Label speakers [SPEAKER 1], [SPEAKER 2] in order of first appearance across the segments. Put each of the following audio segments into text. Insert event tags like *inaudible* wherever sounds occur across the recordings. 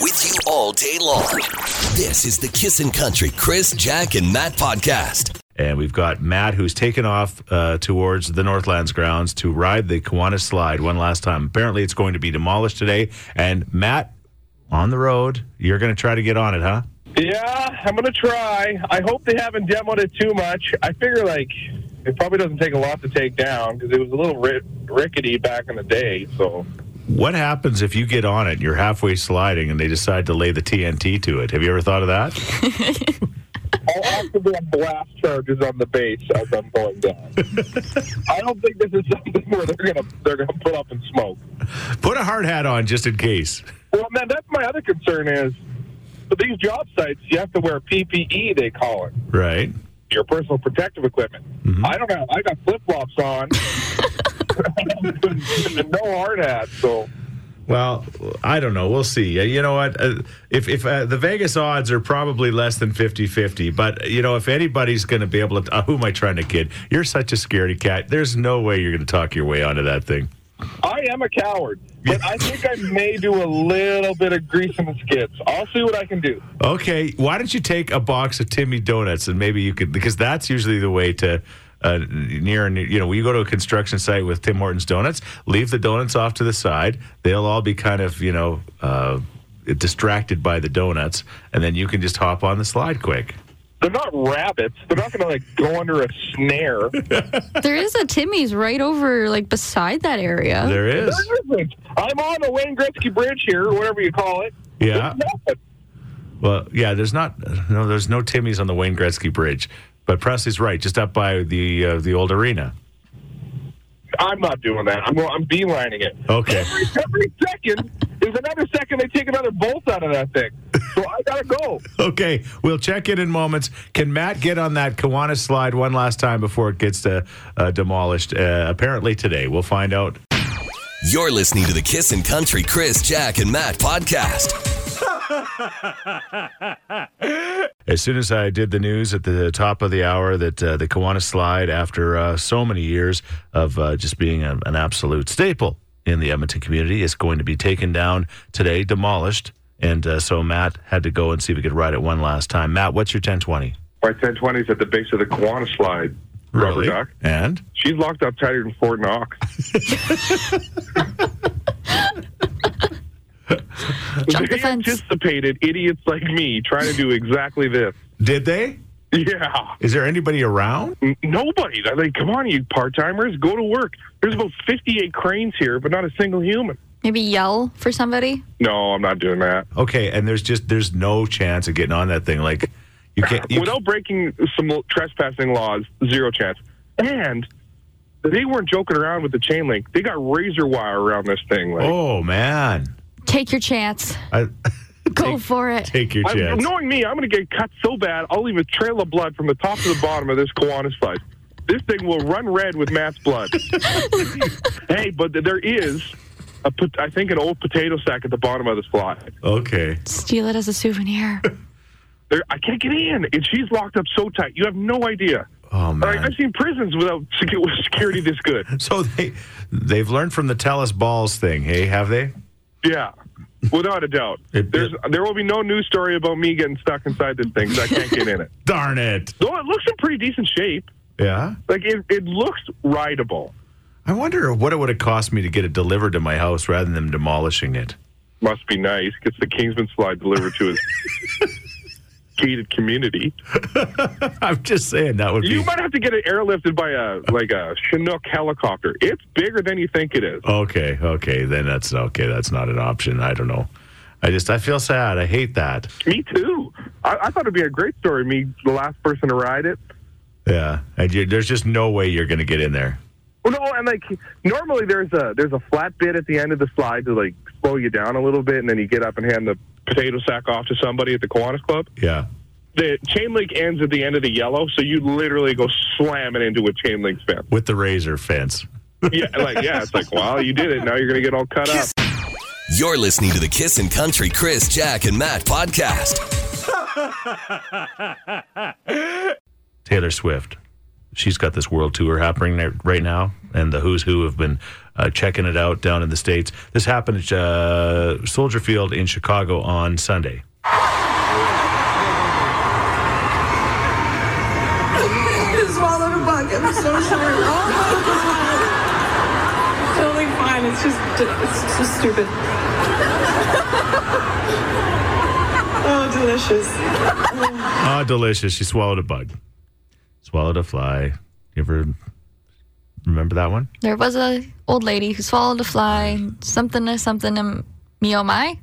[SPEAKER 1] with you all day long. This is the Kissin' Country Chris, Jack, and Matt podcast.
[SPEAKER 2] And we've got Matt, who's taken off uh, towards the Northlands grounds to ride the Kiwanis Slide one last time. Apparently, it's going to be demolished today. And Matt, on the road, you're going to try to get on it, huh?
[SPEAKER 3] Yeah, I'm gonna try. I hope they haven't demoed it too much. I figure like it probably doesn't take a lot to take down because it was a little ri- rickety back in the day. So
[SPEAKER 2] What happens if you get on it and you're halfway sliding and they decide to lay the TNT to it? Have you ever thought of that?
[SPEAKER 3] I'll actively have blast charges on the base as I'm going down. I don't think this is something where they're gonna they're gonna put up in smoke.
[SPEAKER 2] Put a hard hat on just in case.
[SPEAKER 3] Well, man, that's my other concern is for these job sites you have to wear PPE. They call it
[SPEAKER 2] Right.
[SPEAKER 3] your personal protective equipment. I don't know. I got flip flops on. And no hard hat, so.
[SPEAKER 2] Well, I don't know. We'll see. Uh, You know what? Uh, If if uh, the Vegas odds are probably less than 50-50, but you know if anybody's going to be able to, uh, who am I trying to kid? You're such a scaredy cat. There's no way you're going to talk your way onto that thing.
[SPEAKER 3] I am a coward, but I think I may do a little bit of grease in the skids. I'll see what I can do.
[SPEAKER 2] Okay, why don't you take a box of Timmy donuts and maybe you could because that's usually the way to uh, near and you know when you go to a construction site with Tim Hortons donuts, leave the donuts off to the side. They'll all be kind of you know uh, distracted by the donuts, and then you can just hop on the slide quick.
[SPEAKER 3] They're not rabbits. They're not going to like go under a snare.
[SPEAKER 4] There is a Timmy's right over, like beside that area.
[SPEAKER 2] There is,
[SPEAKER 3] I'm on the Wayne Gretzky Bridge here, or whatever you call it.
[SPEAKER 2] yeah.
[SPEAKER 3] Nothing.
[SPEAKER 2] Well, yeah. There's not no. There's no Timmy's on the Wayne Gretzky Bridge, but Presley's right, just up by the uh, the old arena.
[SPEAKER 3] I'm not doing that. I'm I'm beelining it.
[SPEAKER 2] Okay. *laughs*
[SPEAKER 3] Every second is another second they take another bolt out of that thing. So I gotta go.
[SPEAKER 2] Okay, we'll check in in moments. Can Matt get on that Kiwanis slide one last time before it gets uh, uh, demolished? Uh, apparently today, we'll find out.
[SPEAKER 1] You're listening to the Kissin' Country Chris, Jack, and Matt podcast.
[SPEAKER 2] As soon as I did the news at the top of the hour that uh, the Kiwanis slide, after uh, so many years of uh, just being a, an absolute staple in the Edmonton community, is going to be taken down today, demolished. And uh, so Matt had to go and see if we could ride it one last time. Matt, what's your 1020?
[SPEAKER 5] My 1020 is at the base of the Kiwanis slide. Rubber duck.
[SPEAKER 2] And?
[SPEAKER 5] She's locked up tighter than Fort Knox.
[SPEAKER 4] Jump the
[SPEAKER 5] they
[SPEAKER 4] fence.
[SPEAKER 5] anticipated idiots like me trying to do exactly this.
[SPEAKER 2] Did they?
[SPEAKER 5] Yeah.
[SPEAKER 2] Is there anybody around?
[SPEAKER 5] N- Nobody. I like, come on, you part timers, go to work. There's about 58 cranes here, but not a single human.
[SPEAKER 4] Maybe yell for somebody.
[SPEAKER 5] No, I'm not doing that.
[SPEAKER 2] Okay, and there's just there's no chance of getting on that thing. Like you can't. You,
[SPEAKER 5] Without breaking some l- trespassing laws, zero chance. And they weren't joking around with the chain link. They got razor wire around this thing. Like,
[SPEAKER 2] oh man,
[SPEAKER 4] Take your chance.
[SPEAKER 2] I, *laughs*
[SPEAKER 4] Go for it.
[SPEAKER 2] take your
[SPEAKER 5] I'm-
[SPEAKER 2] chance.
[SPEAKER 5] knowing me, I'm going to get cut so bad, I'll leave a trail of blood from the top to the bottom of this Kiwanis fight. This thing will run red with Matt's
[SPEAKER 2] *laughs*
[SPEAKER 5] blood. hey, but th- there is, a, pot- I think, an old potato sack at the bottom of this slide.
[SPEAKER 2] Okay,
[SPEAKER 4] Steal it as a
[SPEAKER 2] *laughs*
[SPEAKER 4] souvenir.
[SPEAKER 5] There, I can't get in, and she's locked up so tight. You have no idea.
[SPEAKER 2] oh
[SPEAKER 5] All right,
[SPEAKER 2] man.
[SPEAKER 5] I've seen prisons without secu- with security this good.
[SPEAKER 2] *laughs* So they they've learned from the tell us balls thing. Hey, have they?
[SPEAKER 5] Yeah, without a doubt.
[SPEAKER 2] It-
[SPEAKER 5] There's, there will be no news story about me getting stuck inside this thing 'cause I can't get in it. *laughs*
[SPEAKER 2] Darn it.
[SPEAKER 5] Though it looks in pretty decent shape.
[SPEAKER 2] Yeah.
[SPEAKER 5] Like, it, it looks rideable.
[SPEAKER 2] I wonder what it would have cost me to get it delivered to my house rather than them demolishing it. *laughs*
[SPEAKER 5] must be nice. Gets the Kingsman slide delivered to his gated community.
[SPEAKER 2] I'm just saying that would be.
[SPEAKER 5] You might have to get it airlifted by a like a Chinook helicopter. It's bigger than you think it is.
[SPEAKER 2] okay, okay, then that's okay. That's not an option. I don't know. I just I feel sad. I hate that.
[SPEAKER 5] Me too. I, I thought it'd be a great story. Me, the last person to ride it.
[SPEAKER 2] Yeah, and you, there's just no way you're going to get in there.
[SPEAKER 5] Well, no, and like normally there's a there's a flat bit at the end of the slide to like slow you down a little bit, and then you get up and hand the potato sack off to somebody at the Kiwanis Club.
[SPEAKER 2] Yeah.
[SPEAKER 5] The chain link ends at the end of the yellow, so you literally go slamming into a chain link fence.
[SPEAKER 2] with the razor fence.
[SPEAKER 5] yeah, like yeah, it's like, wow, you did it. Now you're gonna get all cut up.
[SPEAKER 1] You're listening to the Kissin' Country Chris, Jack, and Matt podcast.
[SPEAKER 2] Taylor Swift, she's got this world tour happening there right now, and the who's who have been uh, checking it out down in the States. This happened at uh, Soldier Field in Chicago on Sunday.
[SPEAKER 6] just swallowed a bug. I'm so sorry. Oh my god. It's totally fine. It's just, it's just stupid. *laughs* oh, delicious.
[SPEAKER 2] Ah, delicious. She swallowed a bug, swallowed a fly. You ever remember that one? *laughs*
[SPEAKER 4] There was a old lady who swallowed a fly, something to something, and me oh my.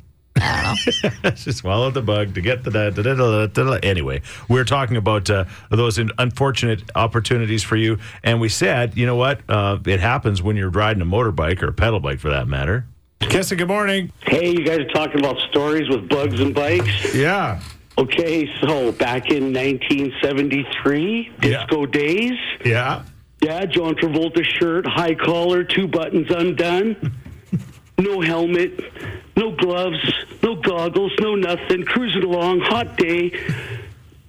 [SPEAKER 2] she swallowed the bug to get the. Da, da, da, da, da, da. Anyway, we are talking about uh, those in- unfortunate opportunities for you. And we said, you know what? Uh, it happens when you're riding a motorbike or a pedal bike for that matter. Kissa, good morning.
[SPEAKER 7] Hey, you guys are talking about stories with bugs and bikes.
[SPEAKER 2] Yeah.
[SPEAKER 7] Okay, so back in 1973,
[SPEAKER 2] Yeah.
[SPEAKER 7] disco days.
[SPEAKER 2] Yeah.
[SPEAKER 7] Yeah, John Travolta shirt, high collar, two buttons undone, no helmet, no gloves, no goggles, no nothing. Cruising along, hot day.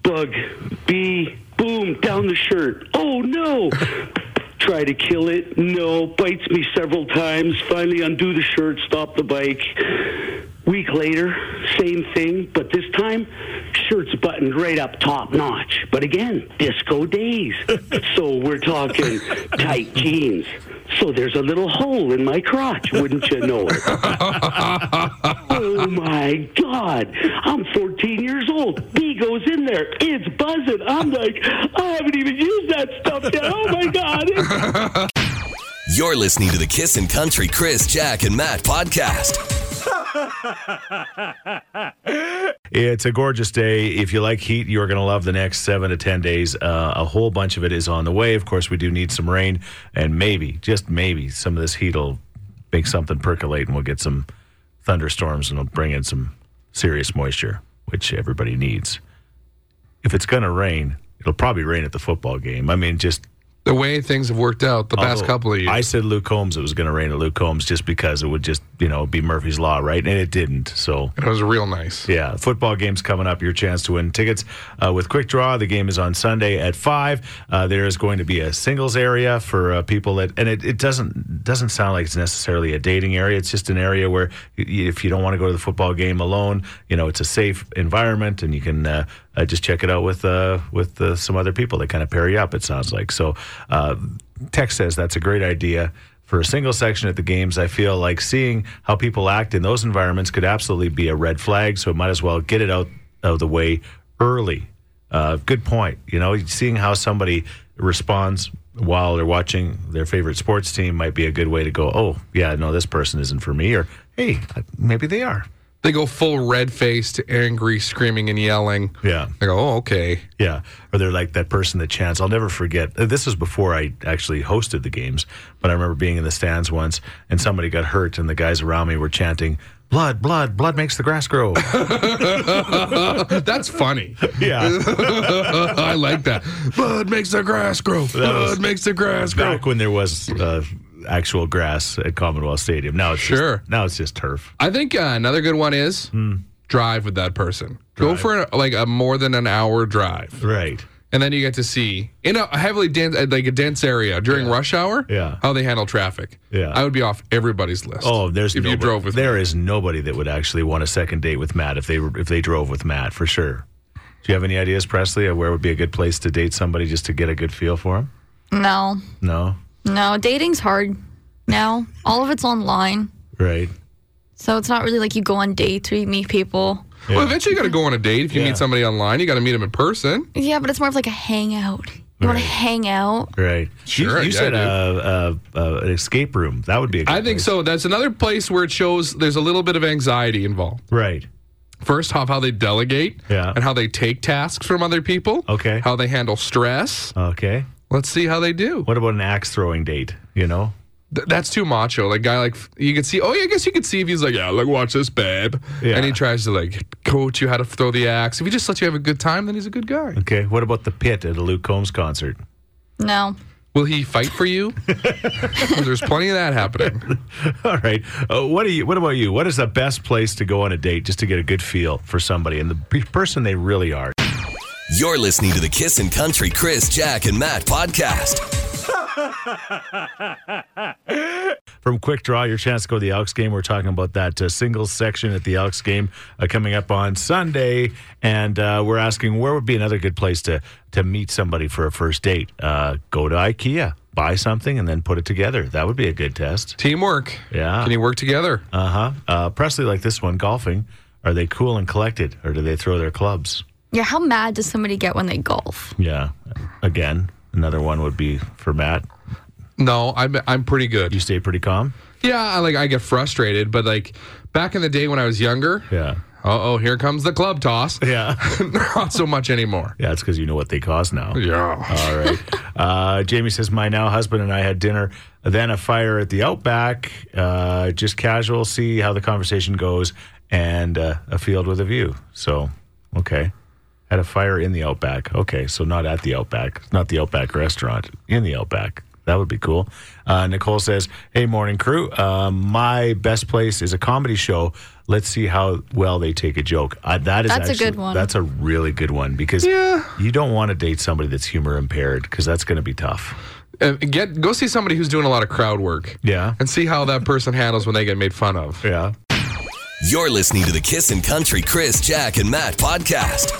[SPEAKER 7] Bug, bee, boom, down the shirt. Oh no! Try to kill it. No, bites me several times. Finally, undo the shirt, stop the bike. Week later, same thing, but this time, shirt's buttoned right up top notch. But again, disco days. so we're talking tight jeans. So there's a little hole in my crotch, wouldn't you know it? Oh my God. I'm 14 years old. Bee goes in there. It's buzzing. I'm like, I haven't even used that stuff yet. Oh my God. It's
[SPEAKER 1] You're listening to the Kissin' Country Chris, Jack, and Matt podcast.
[SPEAKER 2] It's a gorgeous day. If you like heat, you're going to love the next seven to 10 days. Uh, a whole bunch of it is on the way. Of course, we do need some rain, and maybe, just maybe, some of this heat will make something percolate and we'll get some thunderstorms and it'll bring in some serious moisture, which everybody needs. If it's going to rain, it'll probably rain at the football game. I mean, just
[SPEAKER 8] The way things have worked out the past
[SPEAKER 2] Although,
[SPEAKER 8] couple of years.
[SPEAKER 2] Oh, I said Luke Holmes, it was going to rain at Luke Holmes just because it would just, you know, be Murphy's Law, right? And it didn't. So.
[SPEAKER 8] it was real nice.
[SPEAKER 2] Yeah, football game's coming up. Your chance to win tickets uh, with Quick Draw. The game is on Sunday at five. Uh, there is going to be a singles area for uh, people that, and it, it doesn't doesn't sound like it's necessarily a dating area. It's just an area where y- y- if you don't want to go to the football game alone, you know, it's a safe environment, and you can. Uh, uh, just check it out with uh, with uh, some other people. They kind of pair you up. It sounds like so. Uh, Tech says that's a great idea for a single section at the games, I feel like seeing how people act in those environments could absolutely be a red flag. So might as well get it out of the way early. Uh, good point. You know, seeing how somebody responds while they're watching their favorite sports team might be a good way to go. Oh, yeah, no, this person isn't for me. Or hey, maybe they are.
[SPEAKER 8] They go full red faced, angry, screaming and yelling.
[SPEAKER 2] Yeah.
[SPEAKER 8] I go, oh, okay. *laughs*
[SPEAKER 2] Yeah, or they're like that person that chants. I'll never forget. uh, This was before I actually hosted the games, but I remember being in the stands once, and somebody got hurt, and the guys around me were chanting, "Blood, blood, blood makes the
[SPEAKER 8] *laughs*
[SPEAKER 2] grass grow."
[SPEAKER 8] That's funny. *laughs*
[SPEAKER 2] *laughs* yeah,
[SPEAKER 8] I like that. Blood makes the grass grow.
[SPEAKER 2] was
[SPEAKER 8] Blood makes the grass grow.
[SPEAKER 2] back when there was uh, actual grass at Commonwealth Stadium. Now it's
[SPEAKER 8] Sure.
[SPEAKER 2] Just, now it's just turf.
[SPEAKER 8] I think uh, another good one is
[SPEAKER 2] Hmm.
[SPEAKER 8] drive with that person. Go for like a more than an hour drive,
[SPEAKER 2] Right.
[SPEAKER 8] and then you get to see in a heavily dense, uh, like a dense area during rush hour.
[SPEAKER 2] Yeah.
[SPEAKER 8] how they handle traffic.
[SPEAKER 2] Yeah.
[SPEAKER 8] I would be off everybody's list.
[SPEAKER 2] Oh, there's
[SPEAKER 8] if
[SPEAKER 2] nobody,
[SPEAKER 8] you drove with
[SPEAKER 2] there
[SPEAKER 8] me.
[SPEAKER 2] is nobody that would actually want a second date with Matt if they were- if they drove with Matt for sure. Do you have any ideas, Presley, of where would be a good place to date somebody just to get a good feel for him? *laughs*
[SPEAKER 4] No,
[SPEAKER 2] No.
[SPEAKER 4] no, dating's hard now. All of it's online,
[SPEAKER 2] Right.
[SPEAKER 4] so it's not really like you go on dates or you meet people.
[SPEAKER 8] Well, eventually you got to go on a date. If you
[SPEAKER 2] Yeah.
[SPEAKER 8] meet somebody online, you got to meet them in person.
[SPEAKER 4] Yeah, but it's more of like a hangout. You want to hang out?
[SPEAKER 2] Right.
[SPEAKER 8] Sure,
[SPEAKER 2] You, you
[SPEAKER 8] yeah,
[SPEAKER 2] said
[SPEAKER 8] I
[SPEAKER 2] uh, uh, uh, an escape room. That would be a good
[SPEAKER 8] I think
[SPEAKER 2] place.
[SPEAKER 8] so. That's another place where it shows there's a little bit of anxiety involved.
[SPEAKER 2] Right.
[SPEAKER 8] First off, how they delegate
[SPEAKER 2] Yeah.
[SPEAKER 8] and how they take tasks from other people.
[SPEAKER 2] Okay.
[SPEAKER 8] How they handle stress.
[SPEAKER 2] Okay.
[SPEAKER 8] Let's see how they do.
[SPEAKER 2] What about an axe throwing date? You know?
[SPEAKER 8] Th- that's too macho. Like guy, like you could see. Oh, yeah, I guess you could see if he's like, yeah, like watch this, babe.
[SPEAKER 2] Yeah.
[SPEAKER 8] And he tries to like coach you how to throw the axe. If he just lets you have a good time, then he's a good *laughs* guy.
[SPEAKER 2] Okay. What about the pit at a Luke Combs concert? *laughs*
[SPEAKER 4] No,
[SPEAKER 8] Will he fight for *laughs* you? There's plenty of that *laughs* happening.
[SPEAKER 2] All right. Uh, what do you? What about you? What is the best place to go on a date just to get a good feel for somebody and the p- person they really are?
[SPEAKER 1] You're listening to the Kissin' Country Chris, Jack, and Matt podcast.
[SPEAKER 2] from Quick Draw. Your chance to go to the Elks game. We're talking about that uh, singles section at the Elks game uh, coming up on Sunday, and uh, we're asking where would be another good place to to meet somebody for a first date. Uh, go to IKEA, buy something, and then put it together. That would be a good test.
[SPEAKER 8] Teamwork.
[SPEAKER 2] Yeah.
[SPEAKER 8] Can you work together?
[SPEAKER 2] Uh-huh. Uh Presley, like this one, golfing. Are they cool and collected, or do they throw their clubs?
[SPEAKER 4] Yeah, how mad does somebody get when they golf?
[SPEAKER 2] Yeah. Again, another one would be for Matt.
[SPEAKER 8] No, I'm I'm pretty good.
[SPEAKER 2] You stay pretty calm.
[SPEAKER 8] Yeah, I, like I get frustrated, but like back in the day when I was younger,
[SPEAKER 2] Yeah.
[SPEAKER 8] uh oh, here comes the club toss.
[SPEAKER 2] Yeah.
[SPEAKER 8] *laughs*
[SPEAKER 2] *laughs*
[SPEAKER 8] Not so much anymore.
[SPEAKER 2] Yeah, it's because you know what they cost now.
[SPEAKER 8] Yeah.
[SPEAKER 2] All right. Uh, Jamie says, My now husband and I had dinner, then a fire at the Outback. Uh, just casual, see how the conversation goes, and uh, a field with a view. So, okay. Had a fire in the Outback. Okay. So, not at the Outback, not the Outback restaurant, in the Outback. That would be cool. Uh, Nicole says, Hey, morning crew. Uh, my best place is a comedy show. Let's see how well they take a joke. Uh, that is
[SPEAKER 4] That's a
[SPEAKER 2] actually-
[SPEAKER 4] good one.
[SPEAKER 2] That's that's a really good one because you don't want to date somebody that's humor impaired because that's going to be tough.
[SPEAKER 8] Uh, get go see somebody who's doing a lot of crowd work.
[SPEAKER 2] Yeah.
[SPEAKER 8] And see how that person handles when they get made fun of.
[SPEAKER 2] Yeah.
[SPEAKER 1] You're listening to the Kissin' Country Chris, Jack, and Matt podcast.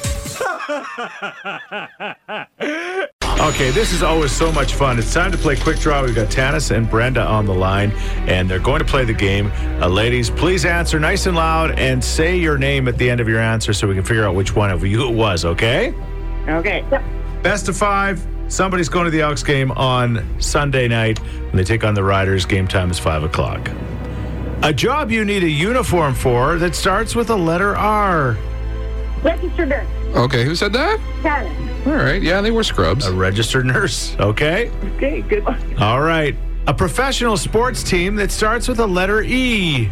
[SPEAKER 2] Okay, this is always so much fun. It's time to play Quick Draw. We've got Tanis and Brenda on the line, and they're going to play the game. Uh, ladies, please answer nice and loud and say your name at the end of your answer so we can figure out which one of you it was, okay?
[SPEAKER 9] Okay.
[SPEAKER 2] Best of five. Somebody's going to the Elks game on Sunday night, and they take on the Riders. Game time is 5 o'clock. A job you need a uniform for that starts with a letter R.
[SPEAKER 9] Register nurse.
[SPEAKER 8] Okay, who said that?
[SPEAKER 9] Talent.
[SPEAKER 8] All right. Yeah, they were scrubs.
[SPEAKER 2] A registered nurse. Okay.
[SPEAKER 9] Okay, good one.
[SPEAKER 2] All right. A professional sports team that starts with a letter E.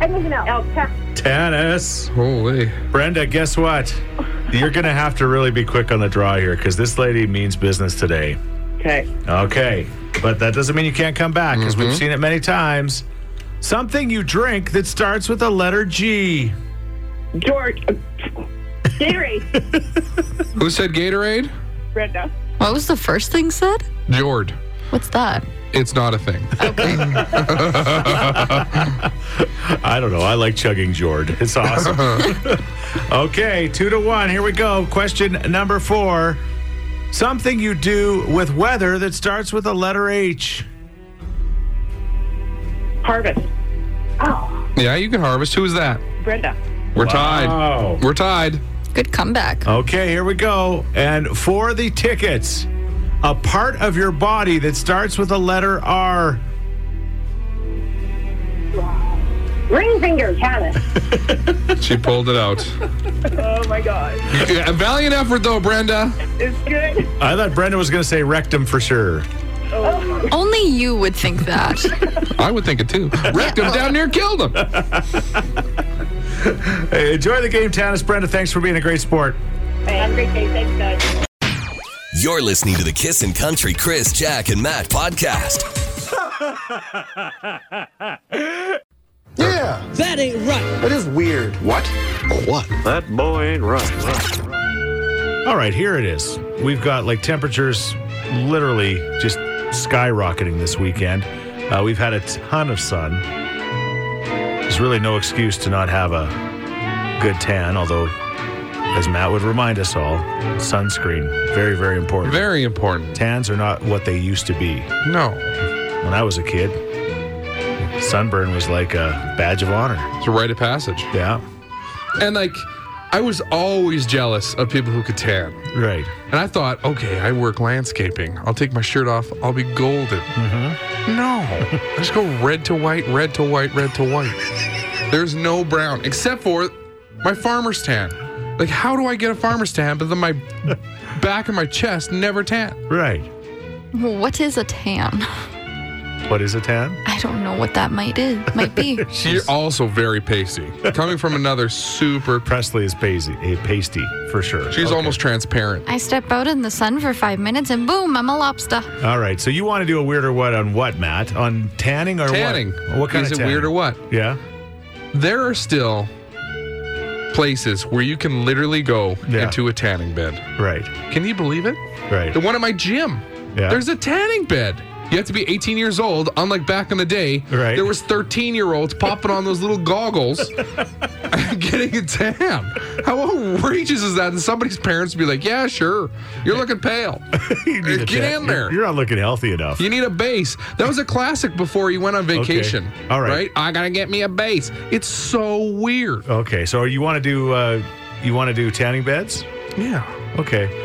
[SPEAKER 9] I need to know. Oh, ta-
[SPEAKER 2] Tennis.
[SPEAKER 8] Holy.
[SPEAKER 2] Brenda, guess what? You're going to have to really be quick on the draw here because this lady means business today.
[SPEAKER 9] okay.
[SPEAKER 2] Okay. But that doesn't mean you can't come back because we've seen it many times. Something you drink that starts with a letter G.
[SPEAKER 9] George. uh, Gary.
[SPEAKER 8] Who said Gatorade?
[SPEAKER 9] Brenda.
[SPEAKER 4] What was the first thing said?
[SPEAKER 8] Jord.
[SPEAKER 4] What's that?
[SPEAKER 8] It's not a thing.
[SPEAKER 2] I don't know. I like chugging Jord. It's awesome. okay, two to one. Here we go. Question number four. Something you do with weather that starts with a letter H.
[SPEAKER 9] Harvest. Oh,
[SPEAKER 8] yeah, you can harvest. Who is that?
[SPEAKER 9] Brenda.
[SPEAKER 8] We're tied.
[SPEAKER 2] Oh.
[SPEAKER 8] We're tied.
[SPEAKER 4] Good comeback.
[SPEAKER 2] Okay, here we go. And for the tickets, a part of your body that starts with a letter R.
[SPEAKER 9] Ring finger. Talent.
[SPEAKER 8] She pulled it out.
[SPEAKER 9] oh my God.
[SPEAKER 8] Yeah, a valiant effort though, Brenda.
[SPEAKER 9] It's good.
[SPEAKER 2] I thought Brenda was going to say rectum for sure.
[SPEAKER 4] Only you would think that. *laughs*
[SPEAKER 8] I would think it too. Wrecked him down near, killed him.
[SPEAKER 2] Hey, enjoy the game, Tanis. Brenda, thanks for being a great sport.
[SPEAKER 9] Have a great day. Thanks, guys.
[SPEAKER 1] You're listening to the Kissin' Country Chris, Jack, and Matt podcast.
[SPEAKER 2] All right, here it is. We've got like temperatures literally just skyrocketing this weekend. Uh, we've had a ton of sun. There's really no excuse to not have a good tan, although, as Matt would remind us all, sunscreen, very, very important.
[SPEAKER 8] Very important.
[SPEAKER 2] Tans are not what they used to be.
[SPEAKER 8] No,
[SPEAKER 2] When I was a kid, sunburn was like a badge of honor.
[SPEAKER 8] it's a rite of passage.
[SPEAKER 2] Yeah,
[SPEAKER 8] And like, I was always jealous of people who could tan.
[SPEAKER 2] right.
[SPEAKER 8] And I thought, okay, I work landscaping. I'll take my shirt off. I'll be golden.
[SPEAKER 2] Mm-hmm.
[SPEAKER 8] No, *laughs* I just go red to white, red to white, red to white. There's no brown except for my farmer's tan. Like, how do I get a farmer's tan? But then
[SPEAKER 2] *laughs*
[SPEAKER 8] my back and my chest never tan.
[SPEAKER 2] Right.
[SPEAKER 4] what is a tan?
[SPEAKER 2] What is a tan?
[SPEAKER 4] I don't know what that might is might *laughs* be.
[SPEAKER 8] You're also very pasty. Coming from another super.
[SPEAKER 2] Presley is pasty, a pasty for sure.
[SPEAKER 8] She's
[SPEAKER 2] Okay.
[SPEAKER 8] almost transparent.
[SPEAKER 4] I step out in the sun for five minutes and boom, I'm a lobster.
[SPEAKER 2] All right. So you want to do a weird or what on what, Matt? On tanning or
[SPEAKER 8] Tanning.
[SPEAKER 2] what? What kind
[SPEAKER 8] is
[SPEAKER 2] of
[SPEAKER 8] it
[SPEAKER 2] tanning?
[SPEAKER 8] weird or what?
[SPEAKER 2] Yeah.
[SPEAKER 8] There are still places where you can literally go
[SPEAKER 2] Yeah.
[SPEAKER 8] into a tanning bed.
[SPEAKER 2] Right.
[SPEAKER 8] Can you believe it?
[SPEAKER 2] Right.
[SPEAKER 8] The one at my gym.
[SPEAKER 2] Yeah.
[SPEAKER 8] There's a tanning bed. You have to be 18 years old. Unlike back in the day,
[SPEAKER 2] Right.
[SPEAKER 8] there was 13 year olds popping on those little
[SPEAKER 2] *laughs*
[SPEAKER 8] goggles and getting a tan. How outrageous is that? And somebody's parents would be like, "Yeah, sure, you're looking pale.
[SPEAKER 2] *laughs* You need a
[SPEAKER 8] Get
[SPEAKER 2] tan.
[SPEAKER 8] in there.
[SPEAKER 2] You're, you're not looking healthy enough.
[SPEAKER 8] You need a base. That was a classic before you went on vacation.
[SPEAKER 2] All right.
[SPEAKER 8] Right? I gotta get me a base. It's so weird.
[SPEAKER 2] Okay, so you want to do uh, you want to do tanning beds?
[SPEAKER 8] Yeah.
[SPEAKER 2] Okay.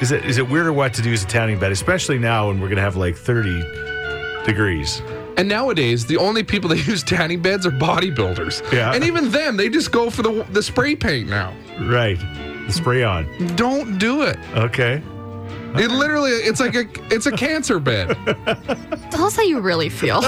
[SPEAKER 2] Is it is it weird or what to do as a tanning bed, especially now when we're gonna have like 30 degrees?
[SPEAKER 8] And nowadays, the only people that *laughs* use tanning beds are bodybuilders.
[SPEAKER 2] Yeah.
[SPEAKER 8] And even them, they just go for the the spray paint now.
[SPEAKER 2] Right. The spray on.
[SPEAKER 8] Don't do it.
[SPEAKER 2] Okay.
[SPEAKER 8] It literally, it's like a it's
[SPEAKER 2] *laughs*
[SPEAKER 8] a cancer bed.
[SPEAKER 4] Tell us how you really feel.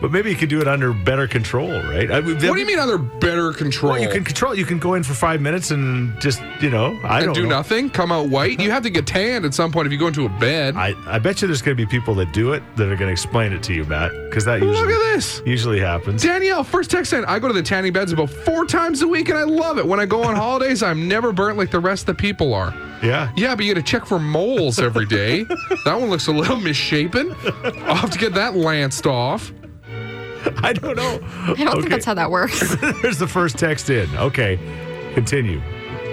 [SPEAKER 2] But maybe you could do it under better control, right? I mean,
[SPEAKER 8] What do you mean under better control?
[SPEAKER 2] You can control. You can go in for five minutes and just you know I
[SPEAKER 8] and
[SPEAKER 2] don't
[SPEAKER 8] do
[SPEAKER 2] know.
[SPEAKER 8] nothing, come out white. You have to get tanned at some point if you go into a bed.
[SPEAKER 2] I, I bet you there's going to be people that do it that are going to explain it to you, Matt, because that usually,
[SPEAKER 8] Look at this.
[SPEAKER 2] usually happens.
[SPEAKER 8] Danielle, first text in. I go to the tanning beds about four times a week and I love it. When I go on holidays, I'm never burnt like the rest of the people are.
[SPEAKER 2] Yeah. *laughs*
[SPEAKER 8] Yeah, but you gotta check for moles every day. that one looks a little misshapen. I'll have to get that lanced off.
[SPEAKER 2] I don't know.
[SPEAKER 4] I don't think that's how that
[SPEAKER 2] *laughs*
[SPEAKER 4] works.
[SPEAKER 2] There's the first text in. Okay, continue.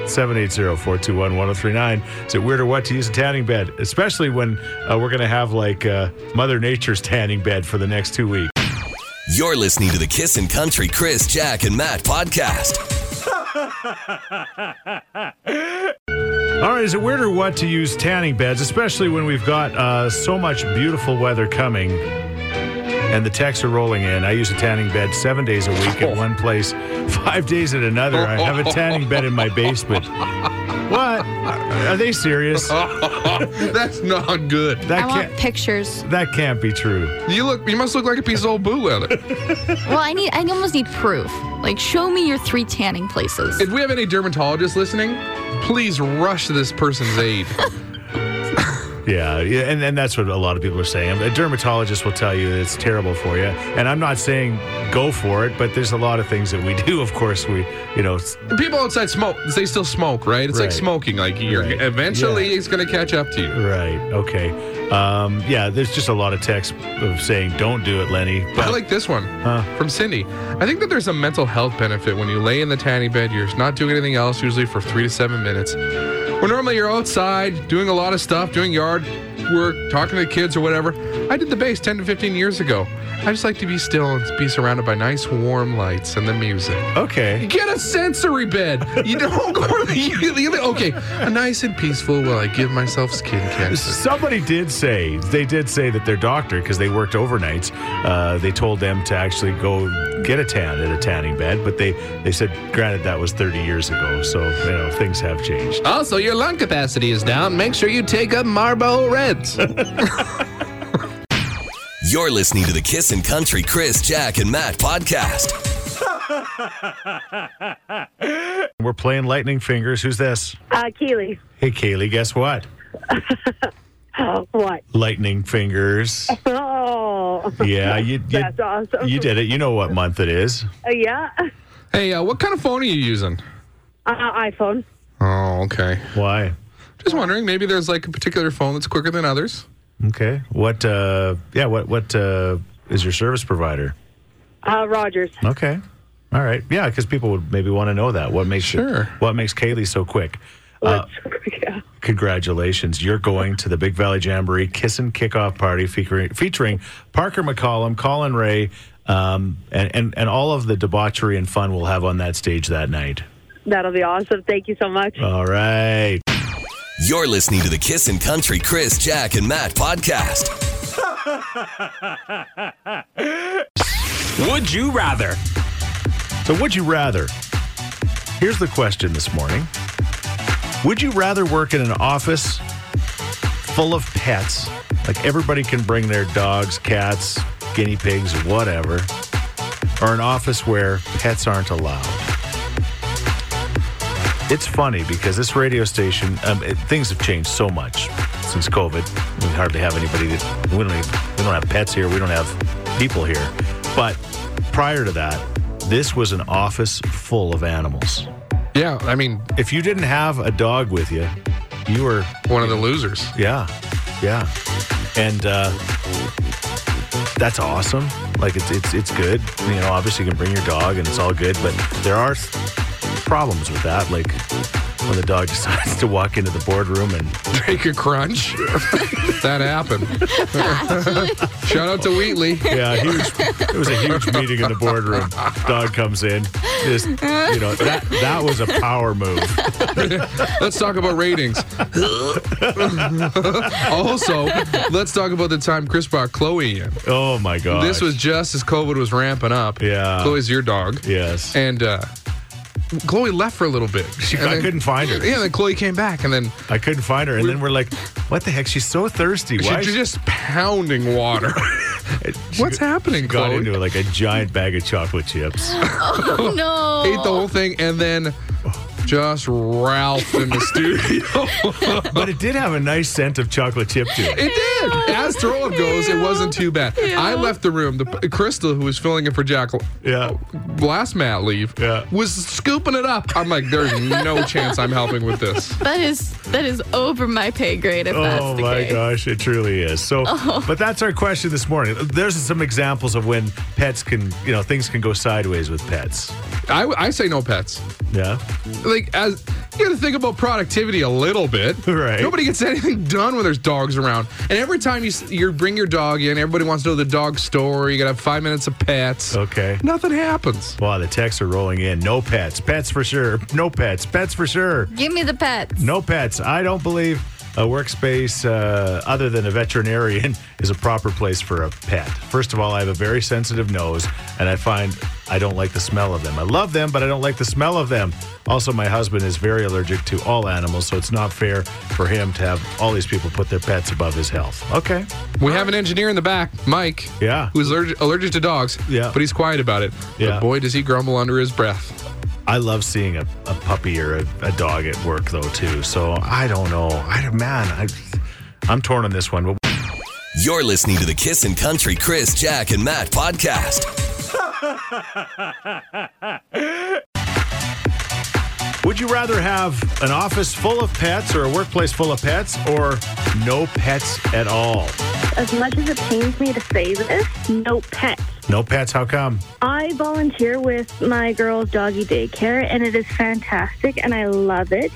[SPEAKER 2] 780-421-1039. Is it weird or what to use a tanning bed, especially when uh, we're going to have like uh, Mother Nature's tanning bed for the next two weeks?
[SPEAKER 1] You're listening to the Kissin' Country Chris, Jack, and Matt podcast.
[SPEAKER 2] All right, is it weird or what to use tanning beds, especially when we've got uh, so much beautiful weather coming and the texts are rolling in? I use a tanning bed seven days a week at one place, *laughs* five days at another. I have a tanning bed in my basement. What? Are they serious?
[SPEAKER 8] That's not good.
[SPEAKER 4] I
[SPEAKER 2] That
[SPEAKER 4] want
[SPEAKER 2] can't.
[SPEAKER 4] pictures.
[SPEAKER 2] That can't be true.
[SPEAKER 8] You look you must look like a piece of old boot leather.
[SPEAKER 4] Well, I need. I almost need proof. Like, show me your three tanning places.
[SPEAKER 8] If we have any dermatologists listening, please rush to this person's aid.
[SPEAKER 2] Yeah, yeah, and, and that's what a lot of people are saying. A dermatologist will tell you that it's terrible for you, and I'm not saying go for it, but there's a lot of things that we do. *laughs* Of course, we, you know, s-
[SPEAKER 8] People outside smoke, they still smoke, right? It's
[SPEAKER 2] Right.
[SPEAKER 8] like smoking. Like you're
[SPEAKER 2] Right.
[SPEAKER 8] eventually
[SPEAKER 2] Yeah.
[SPEAKER 8] it's gonna catch up to you.
[SPEAKER 2] Right. Okay. Um, yeah. There's just a lot of text of saying "Don't do it, Lenny."
[SPEAKER 8] I
[SPEAKER 2] But
[SPEAKER 8] like this one from Cindy. I think that there's a mental health benefit when you lay in the tanning bed. You're not doing anything else, usually for three to seven minutes. When normally you're outside doing a lot of stuff, doing yard work, talking to the kids or whatever. I did the base 10 to 15 years ago. I just like to be still and be surrounded by nice warm lights and the music.
[SPEAKER 2] okay.
[SPEAKER 8] Get a sensory bed. You don't go to the. *laughs* You, you- okay, nice and peaceful while I give myself skin cancer.
[SPEAKER 2] Somebody did say they did say that their doctor, because they worked overnights, uh, they told them to actually go get a tan in a tanning bed. But they they said, granted, that was 30 years ago, so you know things have changed.
[SPEAKER 8] Also, your lung capacity is down. Make sure you take up Marlboro Reds.
[SPEAKER 1] You're listening to the Kissin' Country Chris, Jack, and Matt podcast.
[SPEAKER 2] We're playing lightning fingers. Who's this?
[SPEAKER 9] Uh, Keely.
[SPEAKER 2] Hey, Kaylee. Guess what?
[SPEAKER 9] Oh, what?
[SPEAKER 2] Lightning
[SPEAKER 9] *laughs*
[SPEAKER 2] fingers.
[SPEAKER 9] Oh,
[SPEAKER 2] Yeah, you you,
[SPEAKER 9] That's awesome.
[SPEAKER 2] you did it. You know what month it is.
[SPEAKER 9] yeah. Uh,
[SPEAKER 8] Hey, uh, what kind of phone are you using?
[SPEAKER 9] iPhone.
[SPEAKER 8] Oh, okay.
[SPEAKER 2] Why?
[SPEAKER 8] Just wondering, maybe there's like a particular phone that's quicker than others.
[SPEAKER 2] Okay. What? Uh, yeah. What? What uh, is your service provider?
[SPEAKER 9] Uh, Rogers.
[SPEAKER 2] Okay. All right. Yeah, because people would maybe want to know that. What makes you-
[SPEAKER 8] Sure.
[SPEAKER 2] what makes Kaylee so quick? Uh,
[SPEAKER 9] Let's, yeah.
[SPEAKER 2] Congratulations! You're going to the Big Valley Jamboree Kissin' Kickoff Party featuring, featuring Parker McCollum, Colin Ray, um, and, and and all of the debauchery and fun we'll have on that stage that night.
[SPEAKER 9] *laughs* That'll be awesome. Thank you so much.
[SPEAKER 2] All right.
[SPEAKER 1] You're listening to the Kissin' Country Chris, Jack, and Matt podcast.
[SPEAKER 10] Would you rather?
[SPEAKER 2] So, would you rather? Here's the question this morning Would you rather work in an office full of pets? Like everybody can bring their dogs, cats, guinea pigs, whatever, or an office where pets aren't allowed? It's funny because this radio station, um, it, things have changed so much since COVID. We hardly have anybody that we don't even, we don't have pets here. We don't have people here. But prior to that, this was an office full of animals.
[SPEAKER 8] Yeah, I mean,
[SPEAKER 2] If you didn't have a dog with you, you were
[SPEAKER 8] *laughs* one of the losers.
[SPEAKER 2] yeah, Yeah, and uh, that's awesome. Like it's it's it's good. You know, obviously you can bring your dog and it's all good, but there are s- problems with that. Like when the dog *laughs* decides to walk into the boardroom and
[SPEAKER 8] Take a crunch. *laughs* that happened. Shout out to Wheatley. *laughs*
[SPEAKER 2] *laughs* yeah, huge. It was a huge meeting in the boardroom. Dog comes in, just you know that that was a power move.
[SPEAKER 8] Let's talk about ratings. *laughs* also, let's talk about the time Chris brought Chloe in.
[SPEAKER 2] Oh my god,
[SPEAKER 8] This was just as COVID was ramping up.
[SPEAKER 2] Yeah.
[SPEAKER 8] Chloe's your dog.
[SPEAKER 2] yes.
[SPEAKER 8] And uh, Chloe left for a little bit.
[SPEAKER 2] She,
[SPEAKER 8] And
[SPEAKER 2] I
[SPEAKER 8] then-
[SPEAKER 2] couldn't find her.
[SPEAKER 8] Yeah, then Chloe came back, and then
[SPEAKER 2] I couldn't find her, and then we're like, "What the heck? She's so thirsty. Why?"
[SPEAKER 8] she's just pounding *laughs* water.
[SPEAKER 2] she
[SPEAKER 8] What's happening,
[SPEAKER 2] got
[SPEAKER 8] Chloe?
[SPEAKER 2] into like a giant bag of chocolate chips.
[SPEAKER 4] Oh, no.
[SPEAKER 8] Ate the whole thing, and then just Ralph in *laughs* the studio.
[SPEAKER 2] *laughs* but it did have a nice scent of chocolate chip to it.
[SPEAKER 8] It did. As throw up goes, it wasn't too bad. I left the room. The Crystal, who was filling in for Jack
[SPEAKER 2] Yeah.
[SPEAKER 8] last mat leave,
[SPEAKER 2] Yeah.
[SPEAKER 8] was scooping it up. I'm like, there's no chance I'm helping with this.
[SPEAKER 11] That is that is over my pay grade if that's
[SPEAKER 2] Oh
[SPEAKER 11] the
[SPEAKER 2] my
[SPEAKER 11] case.
[SPEAKER 2] gosh, it truly is. So, but that's our question this morning. There's some examples of when pets can, you know, things can go sideways with pets.
[SPEAKER 8] I, I say no pets.
[SPEAKER 2] Yeah.
[SPEAKER 8] Like as you got to think about productivity a little bit.
[SPEAKER 2] *laughs* Right.
[SPEAKER 8] Nobody gets anything done when there's dogs around. And every time you s- you bring your dog in, everybody wants to know the dog story. You got to have five minutes of pets.
[SPEAKER 2] Okay.
[SPEAKER 8] Nothing happens.
[SPEAKER 2] Wow, the texts are rolling in. No pets. Pets for sure. No pets. Pets for sure.
[SPEAKER 4] Give me the pets.
[SPEAKER 2] No pets. I don't believe a workspace uh, other than a veterinarian is a proper place for a pet. First of all, I have a very sensitive nose, and I find I don't like the smell of them. I love them, but I don't like the smell of them. Also, my husband is very allergic to all animals, so it's not fair for him to have all these people put their pets above his health. Okay.
[SPEAKER 8] We have an engineer in the back, Mike.
[SPEAKER 2] Yeah.
[SPEAKER 8] Who's allergic, allergic to dogs.
[SPEAKER 2] Yeah.
[SPEAKER 8] But he's quiet about it.
[SPEAKER 2] Yeah.
[SPEAKER 8] But boy, does he grumble under his breath.
[SPEAKER 2] I love seeing a, a puppy or a, a dog at work, though, too. So I don't know. I, man, I, I'm torn on this one. But
[SPEAKER 1] You're listening to the Kissin' Country Chris, Jack, and Matt podcast.
[SPEAKER 2] Would you rather have an office full of pets or a workplace full of pets or no pets at all?
[SPEAKER 9] As much as it pains me to say this, no pets.
[SPEAKER 2] No pets, how come?
[SPEAKER 9] I volunteer with my girls' doggy daycare, and it is fantastic, and I love it.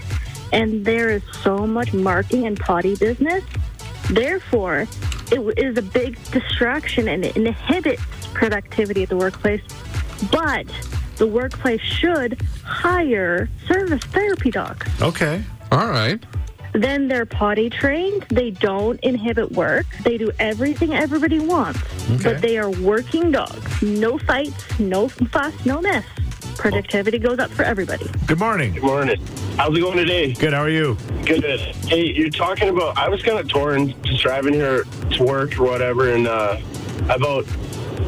[SPEAKER 9] And there is so much marking and potty business. Therefore, it w- is a big distraction and it inhibits productivity at the workplace. But the workplace should hire service therapy dogs.
[SPEAKER 2] Okay.
[SPEAKER 8] All right.
[SPEAKER 9] Then they're potty trained. They don't inhibit work. They do everything everybody wants. But they are working dogs. No fights, no fuss, no mess. Productivity goes up for everybody.
[SPEAKER 2] Good morning.
[SPEAKER 5] Good morning. How's it going today?
[SPEAKER 2] Good, how are you?
[SPEAKER 5] Good. Hey, you're talking about. I was kind of torn just driving here to work or whatever, and uh, about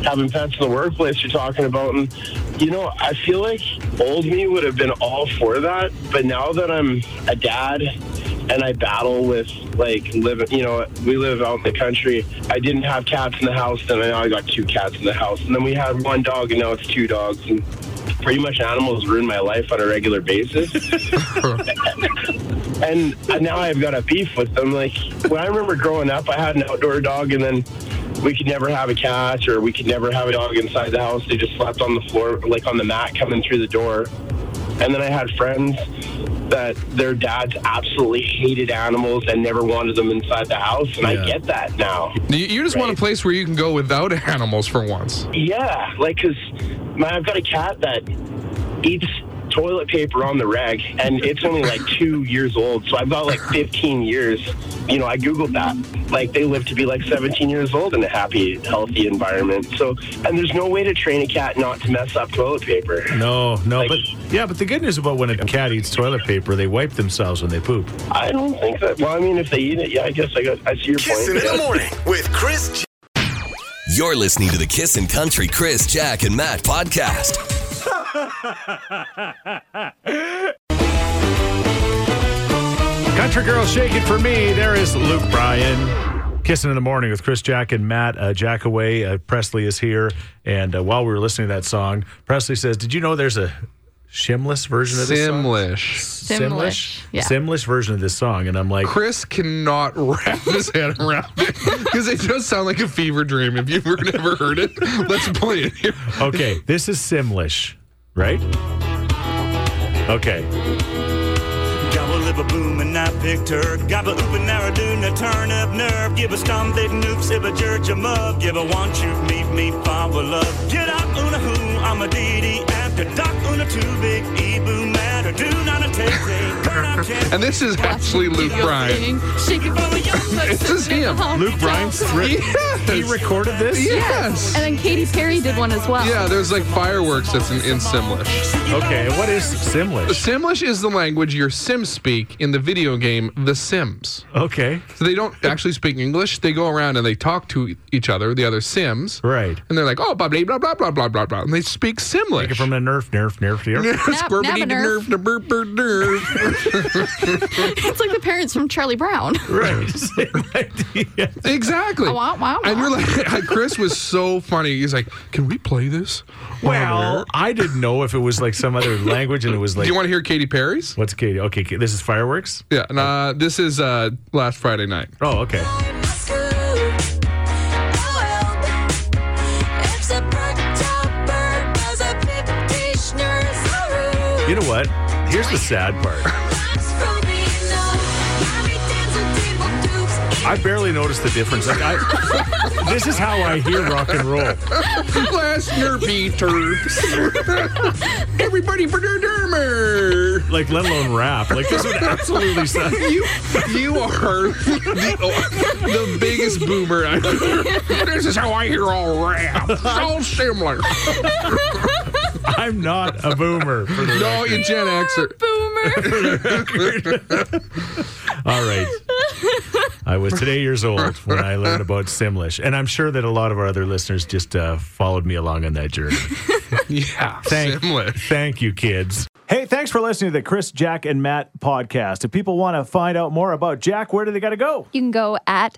[SPEAKER 5] having pets in the workplace. You're talking about, and you know, I feel like old me would have been all for that, but now that I'm a dad and I battle with like living, you know, we live out in the country. I didn't have cats in the house, and now I got two cats in the house, and then we had one dog, and now it's two dogs, and pretty much animals ruin my life on a regular basis and now I've got a beef with them. Like when I remember growing up, I had an outdoor dog, and then we could never have a cat, or we could never have a dog inside the house. They just slept on the floor, like on the mat, coming through the door. And then I had friends that their dads absolutely hated animals and never wanted them inside the house, and
[SPEAKER 2] Yeah.
[SPEAKER 5] I get that now.
[SPEAKER 8] You, you just want a
[SPEAKER 5] Right.
[SPEAKER 8] place where you can go without *laughs* animals for once.
[SPEAKER 5] Yeah, like 'cause man, I've got a cat that eats toilet paper on the rag, and it's only like two years old. So I've got like 15 years. You know, I googled that. Like they live to be like 17 years old in a happy, healthy environment. So, and there's no way to train a cat not to mess up toilet paper.
[SPEAKER 2] No, no,
[SPEAKER 5] Like-
[SPEAKER 2] but yeah, but the good news about when a cat eats toilet paper, they wipe themselves when they poop.
[SPEAKER 5] I don't think that. Well, I mean, if they eat it, yeah, I guess I got. I see your
[SPEAKER 1] Kissin'
[SPEAKER 5] point.
[SPEAKER 1] in the
[SPEAKER 5] yeah.
[SPEAKER 1] morning with Chris. J- You're listening to the Kissin' Country Chris, Jack, and Matt podcast.
[SPEAKER 2] Country girl shaking for me. There is Luke Bryan. Kissing in the morning with Chris Jack and Matt uh, Jackaway. Uh, Presley is here, and uh, while we were listening to that song, Presley says, "Did you know there's a Shimless version of this song?
[SPEAKER 8] Simlish.
[SPEAKER 2] Simlish?
[SPEAKER 11] Simlish, yeah.
[SPEAKER 2] Simlish version of this song. And I'm like,
[SPEAKER 8] Chris cannot *laughs* wrap his head around it because it does sound like a fever dream. If you've never heard it, let's play it here.
[SPEAKER 2] okay, this is Simlish, right? Okay.
[SPEAKER 12] Gobble lip a boom and I picked her. Gobble oop and now doing a turn up nerve. Give a stomp big noops, if a jerk a mug. Give a want you meet me follow up. Get up on a who, I'm a DD after doc on a two big e boom matter. Do not a take thing, but I can't.
[SPEAKER 8] And this is actually Luke Bryan.
[SPEAKER 11] Shake it for a
[SPEAKER 2] *laughs*
[SPEAKER 11] young buck
[SPEAKER 8] This is
[SPEAKER 11] sitting in
[SPEAKER 8] him.
[SPEAKER 11] the hall.
[SPEAKER 2] Luke Bryan's
[SPEAKER 8] Yes.
[SPEAKER 2] he recorded this?
[SPEAKER 8] Yes.
[SPEAKER 11] And then Katy Perry did one as well.
[SPEAKER 8] Yeah, there's like fireworks that's in, in Simlish.
[SPEAKER 2] Okay, what is Simlish?
[SPEAKER 8] Simlish is the language your Sims speak in the video game The Sims.
[SPEAKER 2] Okay,
[SPEAKER 8] So they don't actually speak English. They go around and they talk to each other, the other Sims,
[SPEAKER 2] right.
[SPEAKER 8] and they're like, oh, blah, blah, blah, blah, blah, blah, blah, blah. And they speak Simlish.
[SPEAKER 2] Take
[SPEAKER 8] *laughs*
[SPEAKER 2] it from a nerf, nerf, nerf, nerf.
[SPEAKER 8] Squirbity
[SPEAKER 11] Nab-a-nerf.
[SPEAKER 8] nerf, nerf, nerf,
[SPEAKER 11] *laughs*
[SPEAKER 8] nerf.
[SPEAKER 11] It's like the parents from Charlie
[SPEAKER 13] *laughs*
[SPEAKER 11] Brown.
[SPEAKER 2] *laughs* right. Same idea.
[SPEAKER 8] Exactly.
[SPEAKER 14] Oh,
[SPEAKER 11] Wah, wah, wah.
[SPEAKER 8] And we're like, *laughs* Chris was so funny. He's like, "Can we play this?"
[SPEAKER 2] Well, I didn't know if it was like some other language and it was
[SPEAKER 8] do
[SPEAKER 2] like,
[SPEAKER 8] you want to hear Katy Perry's?
[SPEAKER 2] what's Katie? Okay, Katie, this is fireworks?
[SPEAKER 8] Yeah, and, uh, this is uh, last
[SPEAKER 14] *laughs*
[SPEAKER 8] Friday night.
[SPEAKER 2] Oh, okay. You know what? Here's the sad part. I barely noticed the difference. Like, I, this is how I hear rock and roll.
[SPEAKER 8] last nerfy turps. *laughs* Everybody for their dermer.
[SPEAKER 2] Like, let alone rap. Like,
[SPEAKER 8] *laughs*
[SPEAKER 2] this would absolutely sound.
[SPEAKER 8] You, you are the, the biggest boomer I've ever. This is how I hear all rap. It's all similar.
[SPEAKER 2] I'm not a boomer. For the
[SPEAKER 8] No,
[SPEAKER 2] record.
[SPEAKER 8] you Gen
[SPEAKER 14] *laughs*
[SPEAKER 8] Xer.
[SPEAKER 11] Boomer.
[SPEAKER 2] All right. I was today years old when I learned about Simlish, and I'm sure that a lot of our other listeners just uh, followed me along on that journey.
[SPEAKER 8] Yeah,
[SPEAKER 2] Thank,
[SPEAKER 8] Simlish.
[SPEAKER 2] thank you, kids. Hey, thanks for listening to the Chris, Jack, and Matt podcast. If people want to find out more about Jack, where do they got to go?
[SPEAKER 13] You can go at